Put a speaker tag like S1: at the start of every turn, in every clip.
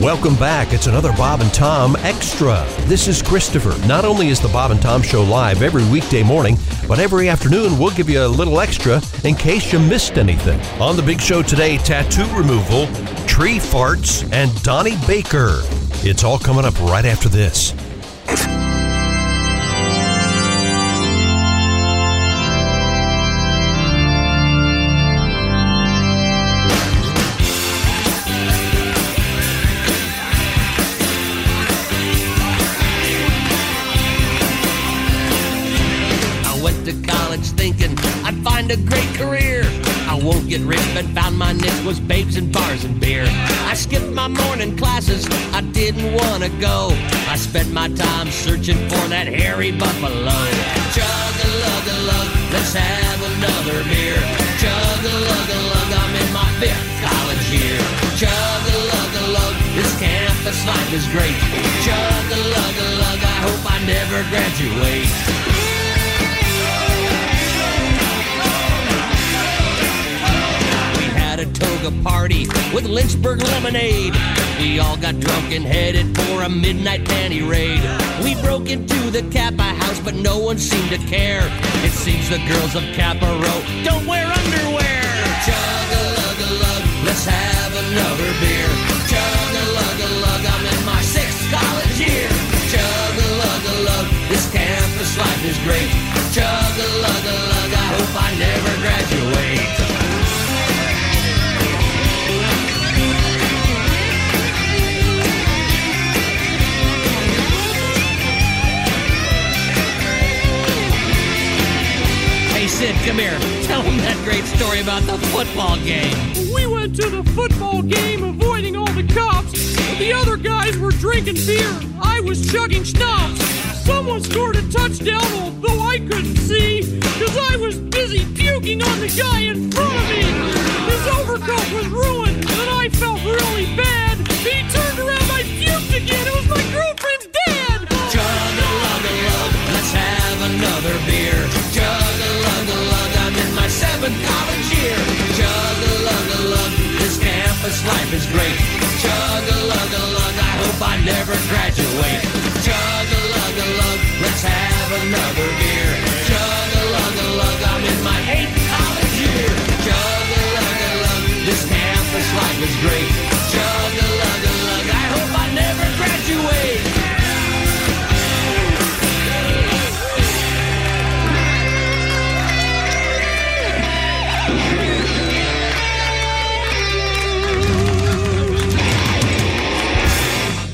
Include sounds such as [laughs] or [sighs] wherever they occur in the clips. S1: Welcome back. It's another Bob and Tom Extra. This is Christopher. Not only is the Bob and Tom Show live every weekday morning, but every afternoon we'll give you a little extra in case you missed anything. On the big show today, tattoo removal, tree farts, and Donnie Baker. It's all coming up right after this.
S2: I went to college thinking I'd find a great career. I won't get rich, but found my niche was babes and bars and beer. I skipped my morning classes, I didn't want to go. I spent my time searching for that hairy buffalo. Chug a lug a lug, let's have another beer. Chug a lug a lug, I'm in my fifth college year. Chug a lug a lug, this campus life is great. Chug a lug a lug, I hope I never graduate. We had a toga party with Lynchburg lemonade. We all got drunk and headed for a midnight panty raid. We broke into the Kappa house, but no one seemed to care. It seems the girls of Kappa Row don't wear underwear. Chug a lug a lug, let's have another beer. Chug a lug a lug, I'm in my sixth college year. Chug a lug a lug, this campus life is great. Chug a lug a lug, I hope I never graduate. Hey Sid, come here. Tell him that great story about the football game.
S3: We went to the football game avoiding all the cops. The other guys were drinking beer. I was chugging schnapps. Someone scored a touchdown, although I couldn't see. Cause I was busy puking on the guy in front of me. His overcoat was ruined, and I felt really bad. He turned around, I puked again. It was my girlfriend's dad.
S2: Chug a lug a lug, let's have another beer. Chug a lug a lug, I'm in my seventh college year. Chug a lug a lug, this campus life is great. Chug a lug a lug, I hope I never graduate. Chug a lug a lug, let's have another beer. Chug a lug a lug, I'm in my eighth college year. Chug a lug a lug, this campus life is great. Chug a lug a lug, I hope I never graduate.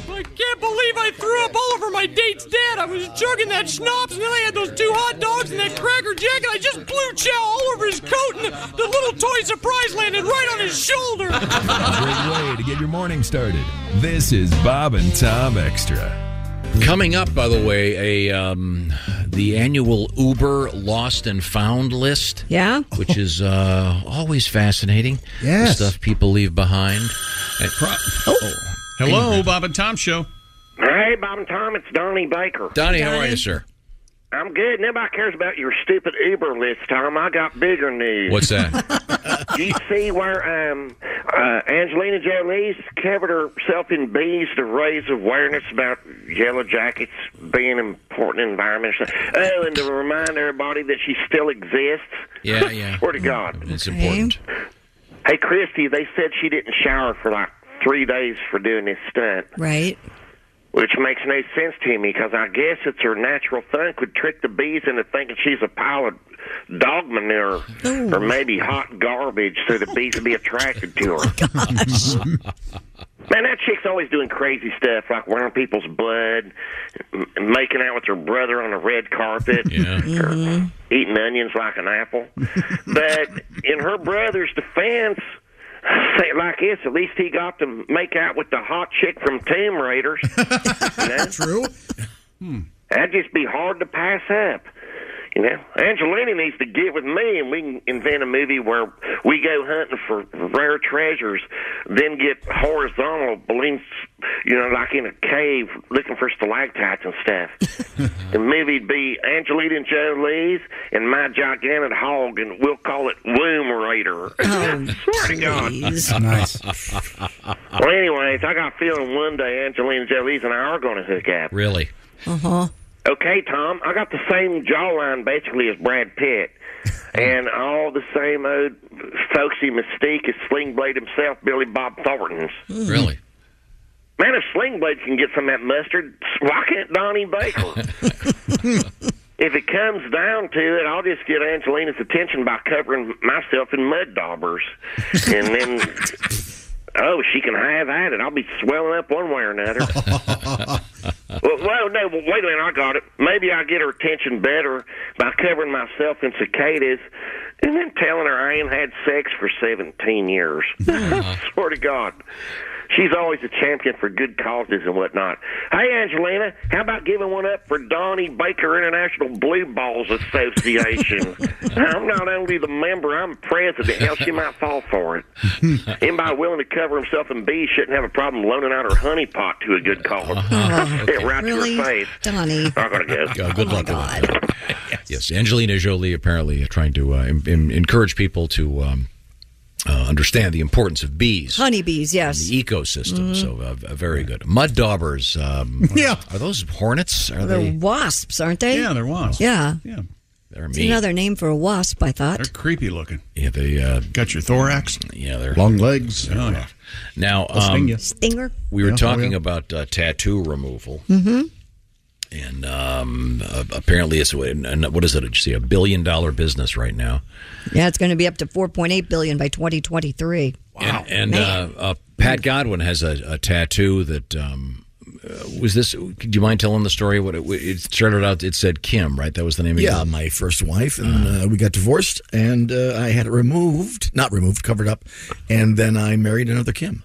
S3: I can't believe I threw up all over my date's dad. I was chugging that schnapps, and then I had those two hot dogs and that cracker jack, and I just blew chow all over his coat, and the, the little toy surprise landed right on
S4: [laughs]
S3: his shoulder.
S5: Great way to get your morning started. This is Bob and Tom Extra.
S6: Coming up, by the way, a um, the annual Uber lost and found list.
S7: Yeah.
S6: which is uh, always fascinating.
S4: Yes.
S6: the stuff people leave behind. And-
S8: Hello, Bob and Tom Show.
S9: Hey, Bob and Tom, it's Donnie Baker.
S6: Donnie, how are you, sir?
S9: I'm good. Nobody cares about your stupid Uber list, Tom. I got bigger news.
S6: What's that?
S9: [laughs] Do you see where um, uh, Angelina Jolie's covered herself in bees to raise awareness about yellow jackets being important environment? Oh, and to remind everybody that she still exists.
S6: yeah,
S7: [laughs]
S6: yeah.
S9: Swear to God.
S6: It's important.
S9: Hey, Christy, they said she didn't shower for like three days for doing this stunt.
S7: Right.
S9: Which makes no sense to me because I guess it's her natural thing could trick the bees into thinking she's a pile of dog manure or maybe hot garbage so the bees would be attracted to her. Man, that chick's always doing crazy stuff like wearing people's blood, m- making out with her brother on the red carpet, or eating onions like an apple. but in her brother's defense, [sighs] Say it like this: at least he got to make out with the hot chick from Tomb Raiders. you know?
S7: True. Hmm.
S9: That'd just be hard to pass up. You know, Angelina needs to get with me, and we can invent a movie where we go hunting for rare treasures, then get horizontal, balloons, you know, like in a cave looking for stalactites and
S7: [laughs]
S9: stuff. the movie'd be Angelina Jolie's and my gigantic hog, and we'll call it Womb Raider.
S7: Oh,
S9: [laughs] Swear to God.
S7: please. nice.
S9: Well, anyways, I got a feeling one day Angelina Jolie's and I are going to hook up.
S6: Really?
S9: Okay, Tom, I got the same jawline basically as Brad Pitt. And all the same old folksy mystique as Slingblade himself, Billy Bob Thornton's.
S7: Hmm.
S6: Really?
S9: Man, if Slingblade can get some of that mustard, why can't Donnie Baker? if it comes down to it, I'll just get Angelina's attention by covering myself in mud daubers. And then, oh, she can have at it. I'll be swelling up one way or another. Well, well, no, well, wait a minute, I got it. Maybe I get her attention better by covering myself in cicadas and then telling her I ain't had sex for 17 years. [laughs] Swear to God. She's always a champion for good causes and whatnot. Hey, Angelina, how about giving one up for Donnie Baker International Blue Balls Association? I'm not only the member, I'm president. Hell, she might fall for it. Anybody willing to cover himself in bees shouldn't have a problem loaning out her honey pot to a good because [laughs] Yeah, right to
S7: Really?
S9: her face.
S7: Donnie.
S9: I'm gonna go.
S6: Uh, good luck with that.
S7: Oh, God.
S6: [laughs] Yes, Angelina Jolie apparently uh, trying to uh, em- em- encourage people to um, uh, understand the importance of bees.
S7: Honeybees, yes.
S6: The ecosystem,
S7: Mm-hmm.
S6: so uh, v- very good. Mud daubers,
S7: [laughs]
S6: um,
S8: Yeah.
S6: are those hornets? Are
S7: They're
S6: they?
S7: wasps, aren't they?
S8: Yeah, they're wasps.
S7: Yeah.
S8: Yeah.
S6: They're
S7: It's
S6: mean.
S7: another name for a wasp, I
S8: They're
S7: thought.
S8: creepy looking.
S6: yeah, they. Uh,
S8: Got your thorax,
S6: yeah, they're
S4: Long legs.
S8: Oh, yeah.
S6: now.
S8: They'll sting
S6: Um,
S8: you.
S7: Stinger.
S6: we were
S4: Yeah, oh,
S6: talking
S4: yeah.
S6: about uh, tattoo removal. Mm-hmm. And um, uh, apparently, it's and what is it? Did you see a billion dollar business right now?
S7: Yeah, it's going to be up to 4.8 billion by 2023.
S6: And, and uh, uh, Pat Godwin has a, a tattoo that um, uh, was this. Do you mind telling the story? What it, it started out? It said Kim, right? That was the name.
S4: Yeah,
S6: of it.
S4: my first wife, and uh, we got divorced, and uh, I had it removed, not removed, covered up, and then I married another Kim.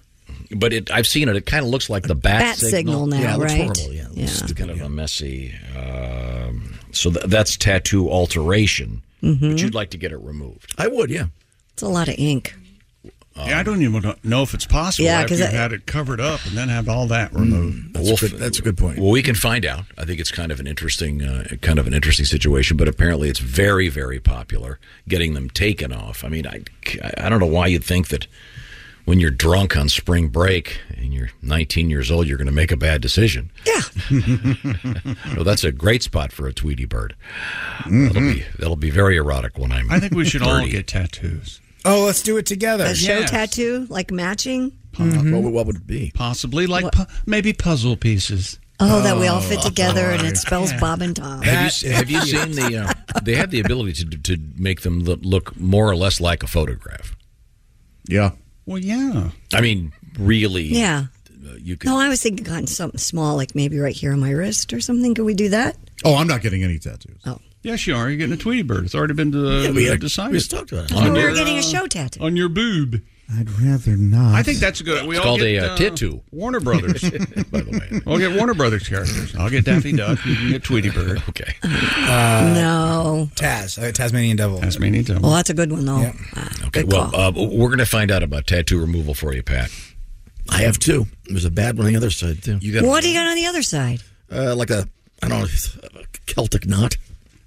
S6: But it, I've seen it. It kind of looks like the bat,
S7: Bat signal now,
S4: yeah, it looks
S7: right?
S4: horrible. Yeah, it looks
S7: Yeah.
S4: stupid,
S6: Kind of
S4: yeah.
S6: a messy. Um, so th- that's tattoo alteration. But you'd like to get it removed.
S4: I would, yeah.
S7: It's a lot of ink.
S8: yeah, I don't even know if it's possible
S7: Yeah,
S8: after
S7: 'cause
S8: you
S7: I-
S8: had it covered up and then have all that removed.
S4: That's,
S6: Well,
S4: a,
S6: f-
S4: good, that's a good point.
S6: Well, we can find out. I think it's kind of an interesting, uh, kind of an interesting situation. But apparently, it's very, very popular getting them taken off. I mean, I, I don't know why you'd think that when you're drunk on spring break and you're 19 years old, you're going to make a bad decision.
S7: Yeah.
S6: No, that's a great spot for a Tweety bird. That'll be that'll be very erotic when I'm.
S8: I think we should all
S6: 30.
S8: get tattoos.
S4: oh, let's do it together.
S7: A show
S8: Yes.
S7: tattoo, like matching.
S4: what, would- what would it be?
S8: Possibly like pu- maybe puzzle pieces.
S7: Oh, that we all fit together and it spells Bob and Tom.
S6: Have you, have you seen the? Uh, they have the ability to to make them lo- look more or less like a photograph.
S4: Yeah.
S8: Well, yeah.
S6: I mean, really.
S7: Yeah.
S6: uh, You could.
S7: No, I was thinking on something small, like maybe right here on my wrist or something. Could we do that?
S4: Oh, I'm not getting any tattoos.
S8: Yes, you are. You're getting a Tweety bird. It's already been uh,
S4: Yeah, we had-
S8: decided.
S4: we just talked about it.
S7: Oh, we
S8: your,
S7: were getting
S8: uh,
S7: a show tattoo.
S8: on your boob.
S4: I'd rather not.
S8: I think that's good. We
S6: It's
S8: all
S6: called
S8: get,
S6: a, uh, tattoo.
S8: Warner Brothers.
S6: [laughs] By the way.
S8: I'll get Warner Brothers characters. I'll get Daffy Duck. You can get Tweety Bird.
S7: [laughs]
S6: Okay.
S7: no.
S4: Taz, Tasmanian Devil.
S8: Tasmanian
S7: Well,
S8: Devil.
S7: that's a good one, though. Ah,
S6: Okay.
S7: good
S6: Well,
S7: call.
S6: uh, we're going to find out about tattoo removal for you, Pat.
S4: I have two. There's a bad one on the other side too.
S6: You got
S7: what do you got on the other side?
S4: Uh, like a, I don't know, a Celtic knot.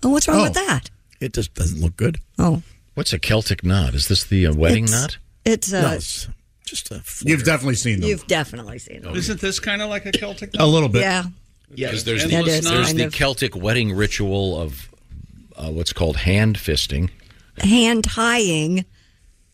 S7: Oh, what's wrong with
S4: Oh.
S7: that?
S4: It just doesn't look good.
S7: Oh,
S6: What's a Celtic knot? Is this the uh, wedding
S7: it's,
S6: knot?
S7: It's uh,
S4: no, it's just a. Flare. You've definitely seen
S7: you've definitely seen it.
S8: Isn't this kind of like a Celtic?
S4: a little bit.
S7: Yeah,
S6: Yes. There's
S7: That
S6: the,
S7: is
S6: there's
S7: kind
S6: the
S7: of-
S6: Celtic wedding ritual of uh, what's called hand fisting.
S7: hand tying,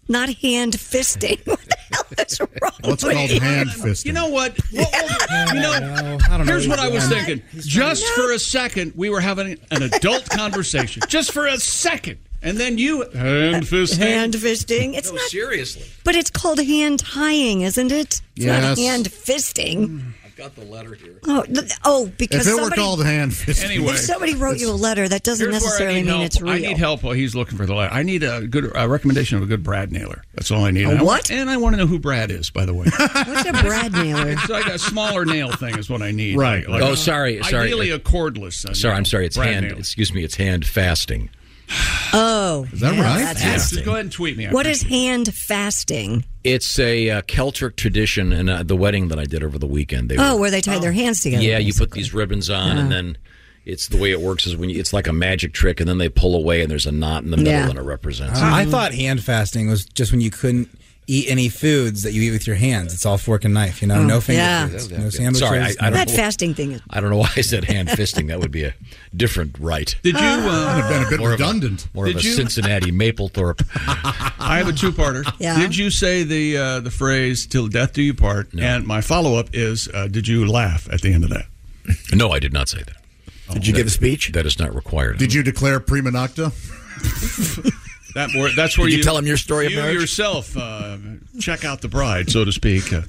S7: not hand fisting. [laughs] what the hell is wrong? with you?
S4: fist.
S8: You know what? Well, well, you know, here's what I was thinking. Just for a second, we were having an adult conversation. Just for a second. And then you hand fist.
S7: Hand fisting. It's not,
S6: seriously.
S7: but it's called hand tying, isn't it? It's not
S4: Yes.
S7: hand fisting.
S6: got the letter here.
S7: Oh, th- oh, because
S8: If it were
S7: somebody,
S8: called hand fisting. Anyway.
S7: if somebody wrote you a letter, that doesn't
S8: Here's where I
S7: necessarily
S8: need
S7: mean
S8: help.
S7: it's real.
S8: I need help while he's looking for the letter. I need a good a recommendation of a good Brad nailer. That's all I need.
S7: A
S8: And I wa-
S7: what?
S8: and I want to know who Brad is, by the way.
S7: What's a Brad nailer?
S8: it's like a smaller nail thing is what I need.
S6: Right.
S8: Like- uh,
S6: oh, sorry. Sorry.
S8: Ideally a cordless. uh,
S6: sorry.
S8: nail.
S6: I'm sorry. It's
S8: Brad
S6: hand.
S8: nail.
S6: Excuse me. It's hand fasting.
S7: Oh,
S6: Is that
S7: yeah,
S6: right?
S7: that's
S6: Yeah.
S7: right.
S6: Just go ahead and tweet me. I
S7: What is hand fasting?
S6: It's a uh, Celtic tradition, and uh, the wedding that I did over the weekend. They
S7: oh,
S6: were,
S7: where they tie their hands together.
S6: yeah, you put these ribbons on, and
S7: Uh-huh.
S6: then it's the way it works is when you, it's like a magic trick, and then they pull away, and there's a knot in the middle,
S10: Yeah.
S6: and it
S4: Uh,
S6: represents.
S7: Ah,
S10: I
S6: it.
S10: thought hand fasting was just when you couldn't eat any foods that you eat with your hands. It's all fork and knife, you know,
S7: Oh,
S10: no finger
S7: yeah.
S10: foods, no sandwiches.
S6: Sorry, I, I don't
S7: that
S6: know.
S7: fasting thing is.
S6: I don't know why I said hand fisting. That would be a different right.
S8: Did you? Uh,
S6: Would have been a bit more
S8: redundant.
S6: Of a, more
S8: Did
S6: of a
S8: you-
S6: Cincinnati Maplethorpe.
S8: I have a
S7: [laughs]
S8: two-parter.
S6: Yeah.
S8: Did you say the uh, the phrase "till death do you part"? And my follow-up is, uh, did you laugh at the end of that?
S6: No, I did not say that.
S8: Did you give a
S6: speech? That is not required.
S11: Did you declare prima nocta?
S8: That where, that's where
S11: Did
S8: you,
S11: you tell 'em your story of
S8: You
S11: marriage?
S8: yourself uh, check out the bride, so to speak. Uh,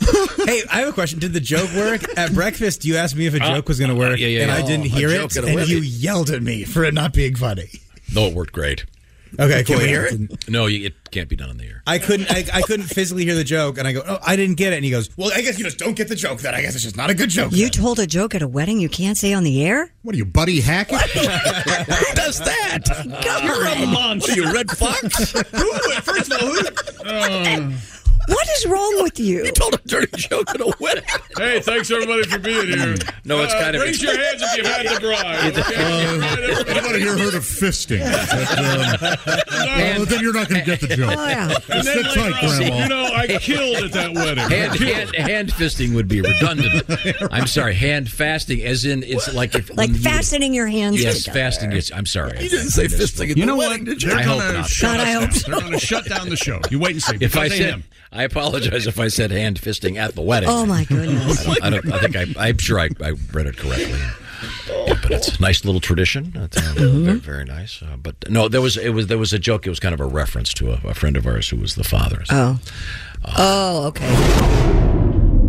S10: hey, I have a question. Did the joke [laughs] work at breakfast? You asked me if a
S8: Uh,
S10: joke was going to work,
S8: yeah, yeah,
S10: and
S8: yeah.
S10: I didn't
S8: Oh, a
S10: hear
S8: joke
S10: it,
S8: at a
S10: and
S8: wedding.
S10: you yelled at me for it not being funny.
S6: No, it worked great.
S10: Okay, Can cool. we hear
S6: it? No, you, it can't be done on the air.
S10: I couldn't. I, I couldn't physically hear the joke, and I go, "Oh, I didn't get it." And he goes, "Well, I guess you just don't get the joke. Then I guess it's just not a good joke."
S7: You told a joke at a wedding you can't say on the air?
S11: What are you, Buddy Hackett?
S7: Who
S6: does that?
S10: [laughs]
S7: You're a monster.
S6: you, Red
S7: [laughs]
S6: Fox? First of all,
S7: What is wrong with you? You
S6: told a dirty joke at a wedding.
S8: Hey, thanks [laughs] everybody for being here.
S6: No,
S10: Uh,
S6: it's kind of-
S8: raise your hands if you've had the bride.
S11: Uh, anybody here heard of fisting? But, um,
S8: [laughs]
S11: well, then you're not going to get the joke.
S8: And
S11: Sit
S8: then later
S11: tight,
S8: I'll say,
S11: Grandma.
S8: You know, I killed at that wedding. I
S6: Hand,
S8: killed.
S6: hand, hand fisting would
S4: [laughs]
S6: be redundant. I'm sorry, hand fasting, as in it's like if
S7: Like
S6: when you-
S7: fastening your hands
S6: Yes,
S7: together.
S6: fasting. Yes, I'm sorry.
S7: You didn't say fisting at
S8: You know what? They're
S6: I hope
S8: gonna
S6: not.
S8: shut
S7: God,
S8: us
S7: I hope
S8: down. They're going to shut down the show. You wait and see.
S6: If I
S8: Say
S6: said,
S8: him.
S6: I apologize if I said hand fisting at the wedding.
S7: Oh, my goodness.
S6: I, don't, I, don't, I think I, I'm sure I, I read it correctly. Yeah, but it's a nice little tradition. That's, uh, very, very nice. Uh, but no, there was it was there was a joke. It was kind of a reference to a, a friend of ours who was the father. So.
S7: Oh. Oh, okay.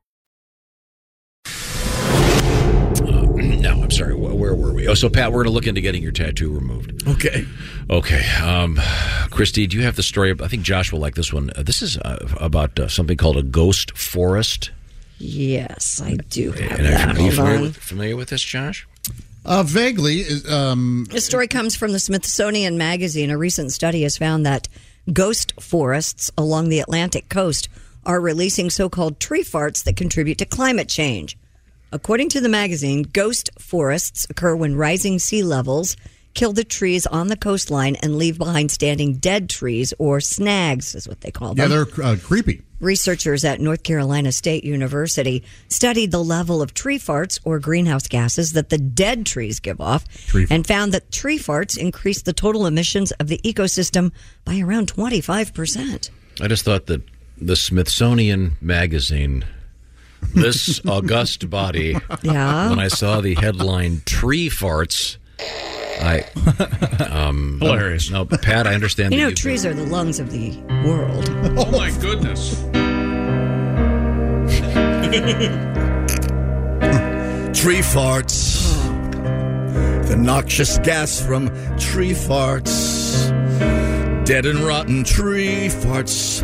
S6: No, I'm sorry. Wh- Where were we? Oh, so Pat, we're gonna look into getting your tattoo removed. Okay. Okay. Um, Christy, do you have the story? Of, I think Josh will like this one. Uh, this is uh, about uh, something called a ghost forest.
S7: Yes, I do have
S6: And
S7: that.
S6: are you
S7: Hold
S6: familiar
S7: on.
S6: with, familiar with this, Josh?
S11: Uh, vaguely, is, um,
S7: The story comes from the Smithsonian Magazine. A recent study has found that ghost forests along the Atlantic coast are releasing so called tree farts that contribute to climate change. According to the magazine, ghost forests occur when rising sea levels kill the trees on the coastline and leave behind standing dead trees or snags, is what they call
S11: yeah,
S7: them.
S11: they're uh, creepy.
S7: Researchers at North Carolina State University studied the level of tree farts or greenhouse gases that the dead trees give off
S11: Tree
S7: and found that tree farts increase the total emissions of the ecosystem by around 25%.
S6: I just thought that the Smithsonian magazine, this
S7: [laughs]
S6: august body,
S7: Yeah.
S6: when I saw the headline "Tree Farts," I um,
S8: Hilarious.
S6: No, Pat, I understand.
S7: You
S6: that
S7: know,
S6: you've-
S7: trees are the lungs of the world.
S8: Oh my goodness.
S4: Tree farts. The noxious gas from tree farts. Dead and rotten tree farts.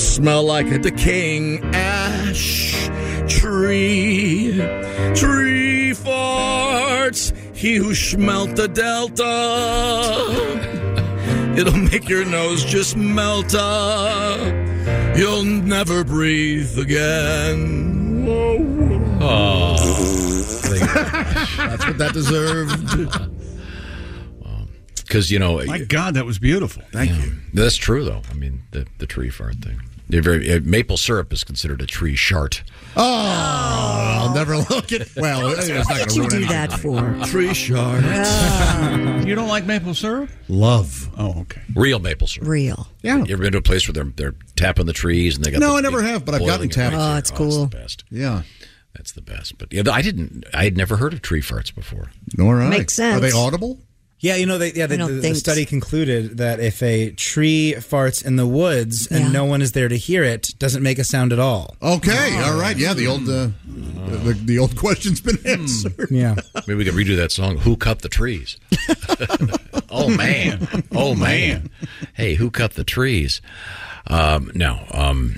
S4: Smell like a decaying ash tree. Tree farts. He who smelt the delta. It'll make your nose just melt up. You'll never breathe again.
S6: Oh. [laughs]
S4: That's what that deserved.
S6: because you know.
S8: My God, that was beautiful.
S6: Thank you. That's true, though. I mean, the the tree fart thing. They're very uh, maple syrup is considered a tree shart.
S11: Oh, I'll never [laughs] look at. Well,
S6: What
S11: it's not going
S6: did
S11: to
S6: you
S11: ruin
S6: do
S11: anything.
S6: that for?
S11: Tree shards.
S8: you don't like maple syrup?
S11: Love.
S8: Oh, okay.
S6: Real maple syrup.
S7: Real.
S11: Yeah.
S6: You ever been to a place where they're they're tapping the trees and they got?
S11: No,
S6: the-
S11: I never have, but I've gotten
S6: boiling it
S11: tapped.
S6: right there.
S11: cool.
S6: the best.
S11: Yeah.
S6: That's the best. But yeah, I didn't. I had never heard of tree farts before.
S11: All
S10: right. Makes sense. Are they audible? Yeah, you know, they, yeah,
S7: I
S10: the,
S7: don't
S10: the, the
S7: think
S10: study concluded that if a tree farts in the woods and no one is there to hear it, doesn't make a sound at all.
S11: Okay. All right. Yeah. The old uh, the, the old [laughs] question's been answered.
S10: Hmm. Yeah.
S6: Maybe we could redo that song. Who cut the trees? [laughs] oh man! Oh man! Hey, who cut the trees? Um, no, um,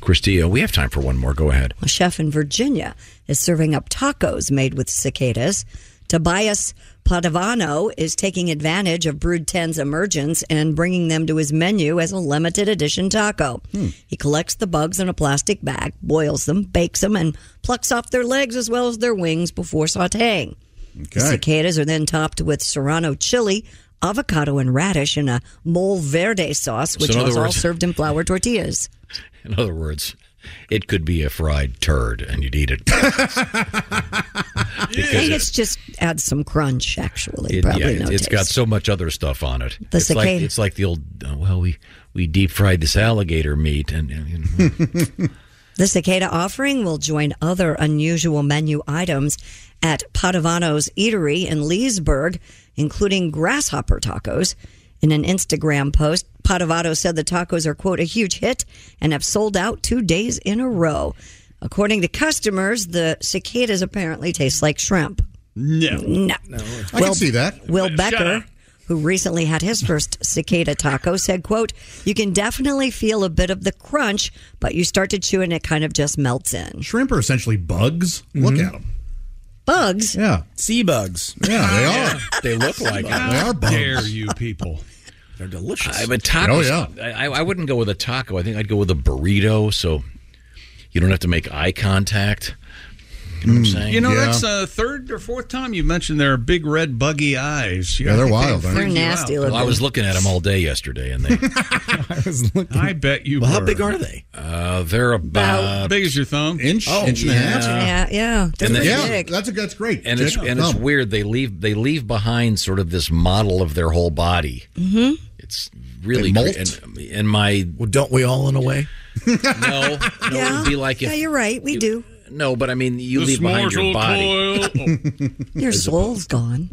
S6: Christia, we have time for one more. Go ahead.
S7: A chef in Virginia is serving up tacos made with cicadas. Tobias Padovano is taking advantage of Brood 10's emergence and bringing them to his menu as a limited edition taco.
S6: Hmm.
S7: He collects the bugs in a plastic bag, boils them, bakes them, and plucks off their legs as well as their wings before sauteing. The cicadas are then topped with serrano chili, avocado, and radish in a mole verde sauce,
S6: So
S7: which
S6: in other
S7: was all
S6: words-
S7: served in flour tortillas.
S6: [laughs] In other words, it could be a fried turd, and you'd eat it. [laughs]
S7: I think it's just adds some crunch, actually.
S6: It,
S7: probably
S6: yeah, it-
S7: no
S6: it's
S7: taste.
S6: got so much other stuff on it.
S7: The
S6: it's like
S7: cicada.
S6: it's like the old uh, well, we we deep fried this alligator meat, and, and
S11: [laughs]
S6: you know,
S7: The cicada offering will join other unusual menu items at Padovano's Eatery in Leesburg, including grasshopper tacos. In an Instagram post, Padovano said the tacos are, quote, a huge hit and have sold out two days in a row. According to customers, the cicadas apparently taste like shrimp.
S8: No.
S7: No.
S11: I can see that.
S7: Will
S11: Shut
S7: Becker,
S11: up.
S7: who recently had his first cicada taco, said, quote, you can definitely feel a bit of the crunch, but you start to chew and it kind of just melts in.
S11: Shrimp are essentially bugs. Look at them.
S7: Bugs?
S11: Yeah.
S10: Mm-hmm. Sea bugs.
S11: Yeah,
S10: [laughs]
S11: they are.
S6: they look like it.
S11: They are bugs.
S8: Dare you people?
S6: They're delicious. I, but tacos,
S11: Oh, yeah.
S6: I, I wouldn't go with a taco. I think I'd go with a burrito. So you don't have to make eye contact. You know what I'm
S11: Hmm.
S6: saying?
S8: You know, that's the third or fourth time you mentioned their big red buggy eyes. You
S6: Yeah, they're
S8: think
S6: wild,
S8: they
S6: aren't
S8: freak
S6: they?
S8: you out.
S6: Well, I was looking at them all day yesterday, and
S7: [laughs]
S6: they.
S8: I bet you.
S6: Well,
S8: were.
S6: how big are they? Uh, they're about
S8: How big as your thumb?
S11: Inch,
S10: Oh,
S7: inch and a half? Yeah, yeah. They're
S6: And they-
S7: pretty
S6: Yeah,
S7: big.
S11: That's a, that's great.
S6: and it's
S11: Check it
S6: and
S11: out.
S6: it's weird. They leave they leave behind sort of this model of their whole body.
S7: Mhm.
S6: It's really
S7: They molt?
S6: And, and my well, don't we all in a way? [laughs] No, no, it would be like if
S7: yeah, you're right.
S6: [laughs]
S7: We do.
S6: no, but I mean you
S7: The
S6: leave behind
S7: s'mores will
S6: your body.
S7: Your soul's gone.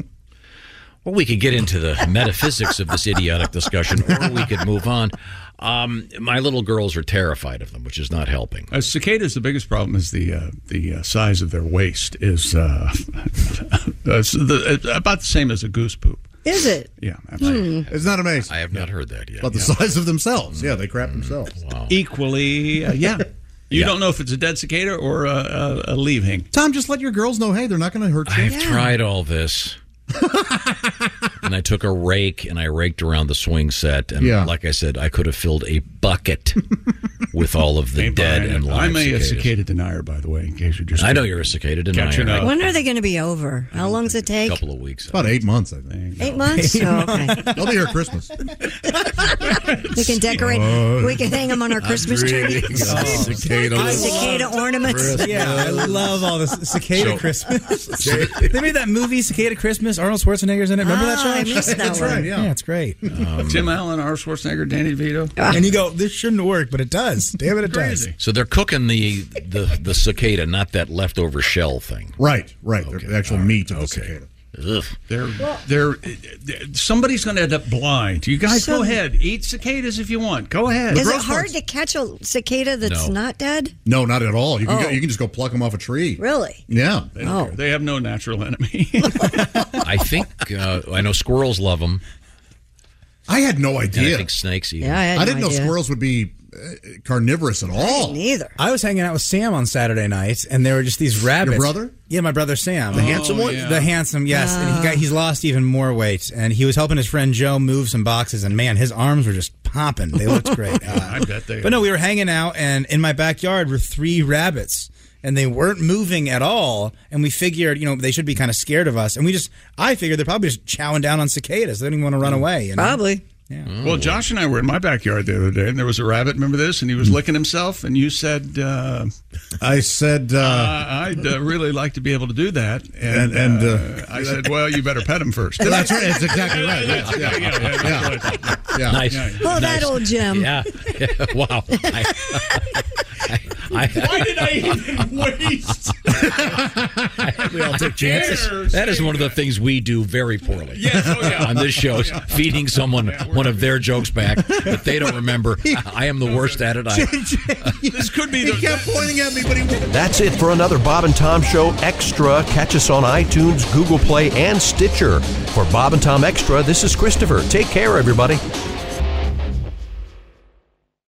S6: Well, we could get into the metaphysics of this idiotic discussion, or we could move on. Um, my little girls are terrified of them, which is not helping.
S8: Uh, cicadas, the biggest problem is the uh, the uh, size of their waist is uh, [laughs] it's the, it's about the same as a goose poop.
S7: Is it?
S8: Yeah,
S11: It's not amazing.
S6: I Mm, have not heard that yet.
S11: About the size of themselves. Yeah, they crap themselves.
S8: equally. Uh, yeah, [laughs] you
S11: Yeah.
S8: don't know if it's a dead cicada or a, a, a leaving.
S11: Tom, just let your girls know, hey, they're not going to hurt you.
S6: I've tried
S11: [laughs]
S6: all this. and I took a rake and I raked around the swing set. And
S11: Yeah.
S6: like I said, I could have filled a
S11: [laughs]
S6: bucket with all of the
S8: Ain't
S6: dead
S8: buying
S6: and
S8: it.
S6: live
S8: I'm a
S6: cicadas.
S8: cicada denier, by the way, in case you're just.
S6: I know you're a cicada denier.
S8: Catching up.
S7: When are they going to be over? How long does it
S6: A
S7: take?
S6: couple of weeks.
S11: About eight months, I think.
S7: Eight months?
S11: Eight
S7: Oh, okay.
S6: [laughs]
S11: months. They'll be here at Christmas.
S7: We can decorate.
S11: Oh.
S7: we can hang them on our Christmas tree. [laughs]
S11: dreaming of cicada.
S7: I cicada ornaments.
S10: [laughs] Yeah, I love all this cicada
S11: So-
S10: Christmas.
S11: [laughs]
S10: they made that movie Cicada Christmas. Arnold Schwarzenegger's in it. Remember that show?
S8: Ah, I missed that
S10: That's
S8: one.
S10: right. Yeah. it's great.
S8: Tim Allen, Arnold Schwarzenegger, Danny DeVito.
S10: And you go, this shouldn't work, but it does. Damn it, it does.
S6: So they're cooking the, the, the cicada, not that leftover shell thing.
S11: Right, right. They're The actual meat of the cicada.
S6: Ugh.
S8: They're, they're, somebody's going to end up blind. You guys
S7: So-
S8: go ahead. Eat cicadas if you want. Go ahead.
S7: Is it hard to catch a cicada that's
S11: No.
S7: not dead?
S11: No, not at all. You can
S7: Oh.
S11: go, you can just go pluck them off a tree.
S7: Really?
S11: Yeah.
S8: They, don't care. They have no natural enemy. [laughs]
S6: I think, uh, I know squirrels love them.
S11: I had no idea.
S6: I think snakes eat 'em.
S11: I didn't know squirrels would be uh, carnivorous at all.
S7: Neither.
S10: I was hanging out with Sam on Saturday night, and there were just these rabbits.
S11: brother?
S10: Yeah, my brother Sam,
S11: The handsome one? yeah.
S10: The handsome, yes. And he got, he's lost even more weight, and he was helping his friend Joe move some boxes, and man, his arms were
S11: [laughs]
S10: just popping. They looked great. Uh,
S8: I bet they.
S10: But no, we were hanging out, and in my backyard were three rabbits. and they weren't moving at all. And we figured, you know, they should be kind of scared of us. And we just, I figured they're probably just chowing down on cicadas. They don't even want to
S11: Mm.
S10: run away. You know?
S7: Probably.
S8: Mm. Well, Josh and I were in my backyard the other day, and there was a rabbit. Remember this? And he was
S11: Mm.
S8: licking himself, and you said, uh,
S11: I said, uh,
S8: uh, "I'd uh, really like to be able to do that." And,
S11: And- and,
S8: uh,
S11: uh,
S8: I said, "Well, you better pet him
S11: [laughs]
S8: first.
S11: That's right. That's exactly
S8: [laughs]
S11: right. Yeah.
S8: Yeah, yeah, yeah,
S11: Yeah.
S8: that's right.
S11: Yeah.
S6: Nice.
S8: Yeah.
S7: Oh, that
S6: Nice.
S7: old gem.
S6: Yeah. wow. I, I,
S8: Why did I even waste?
S6: we all take chances. That is one of the things we do very poorly on this show: is feeding someone one of their jokes back that they don't remember. I am the worst at it. I,
S8: this could be. He
S11: kept [laughs] pointing at me, but he.
S1: That's it for another Bob and Tom Show Extra. Catch us on iTunes, Google Play, and Stitcher. For Bob and Tom Extra, this is Christopher. Take care, everybody.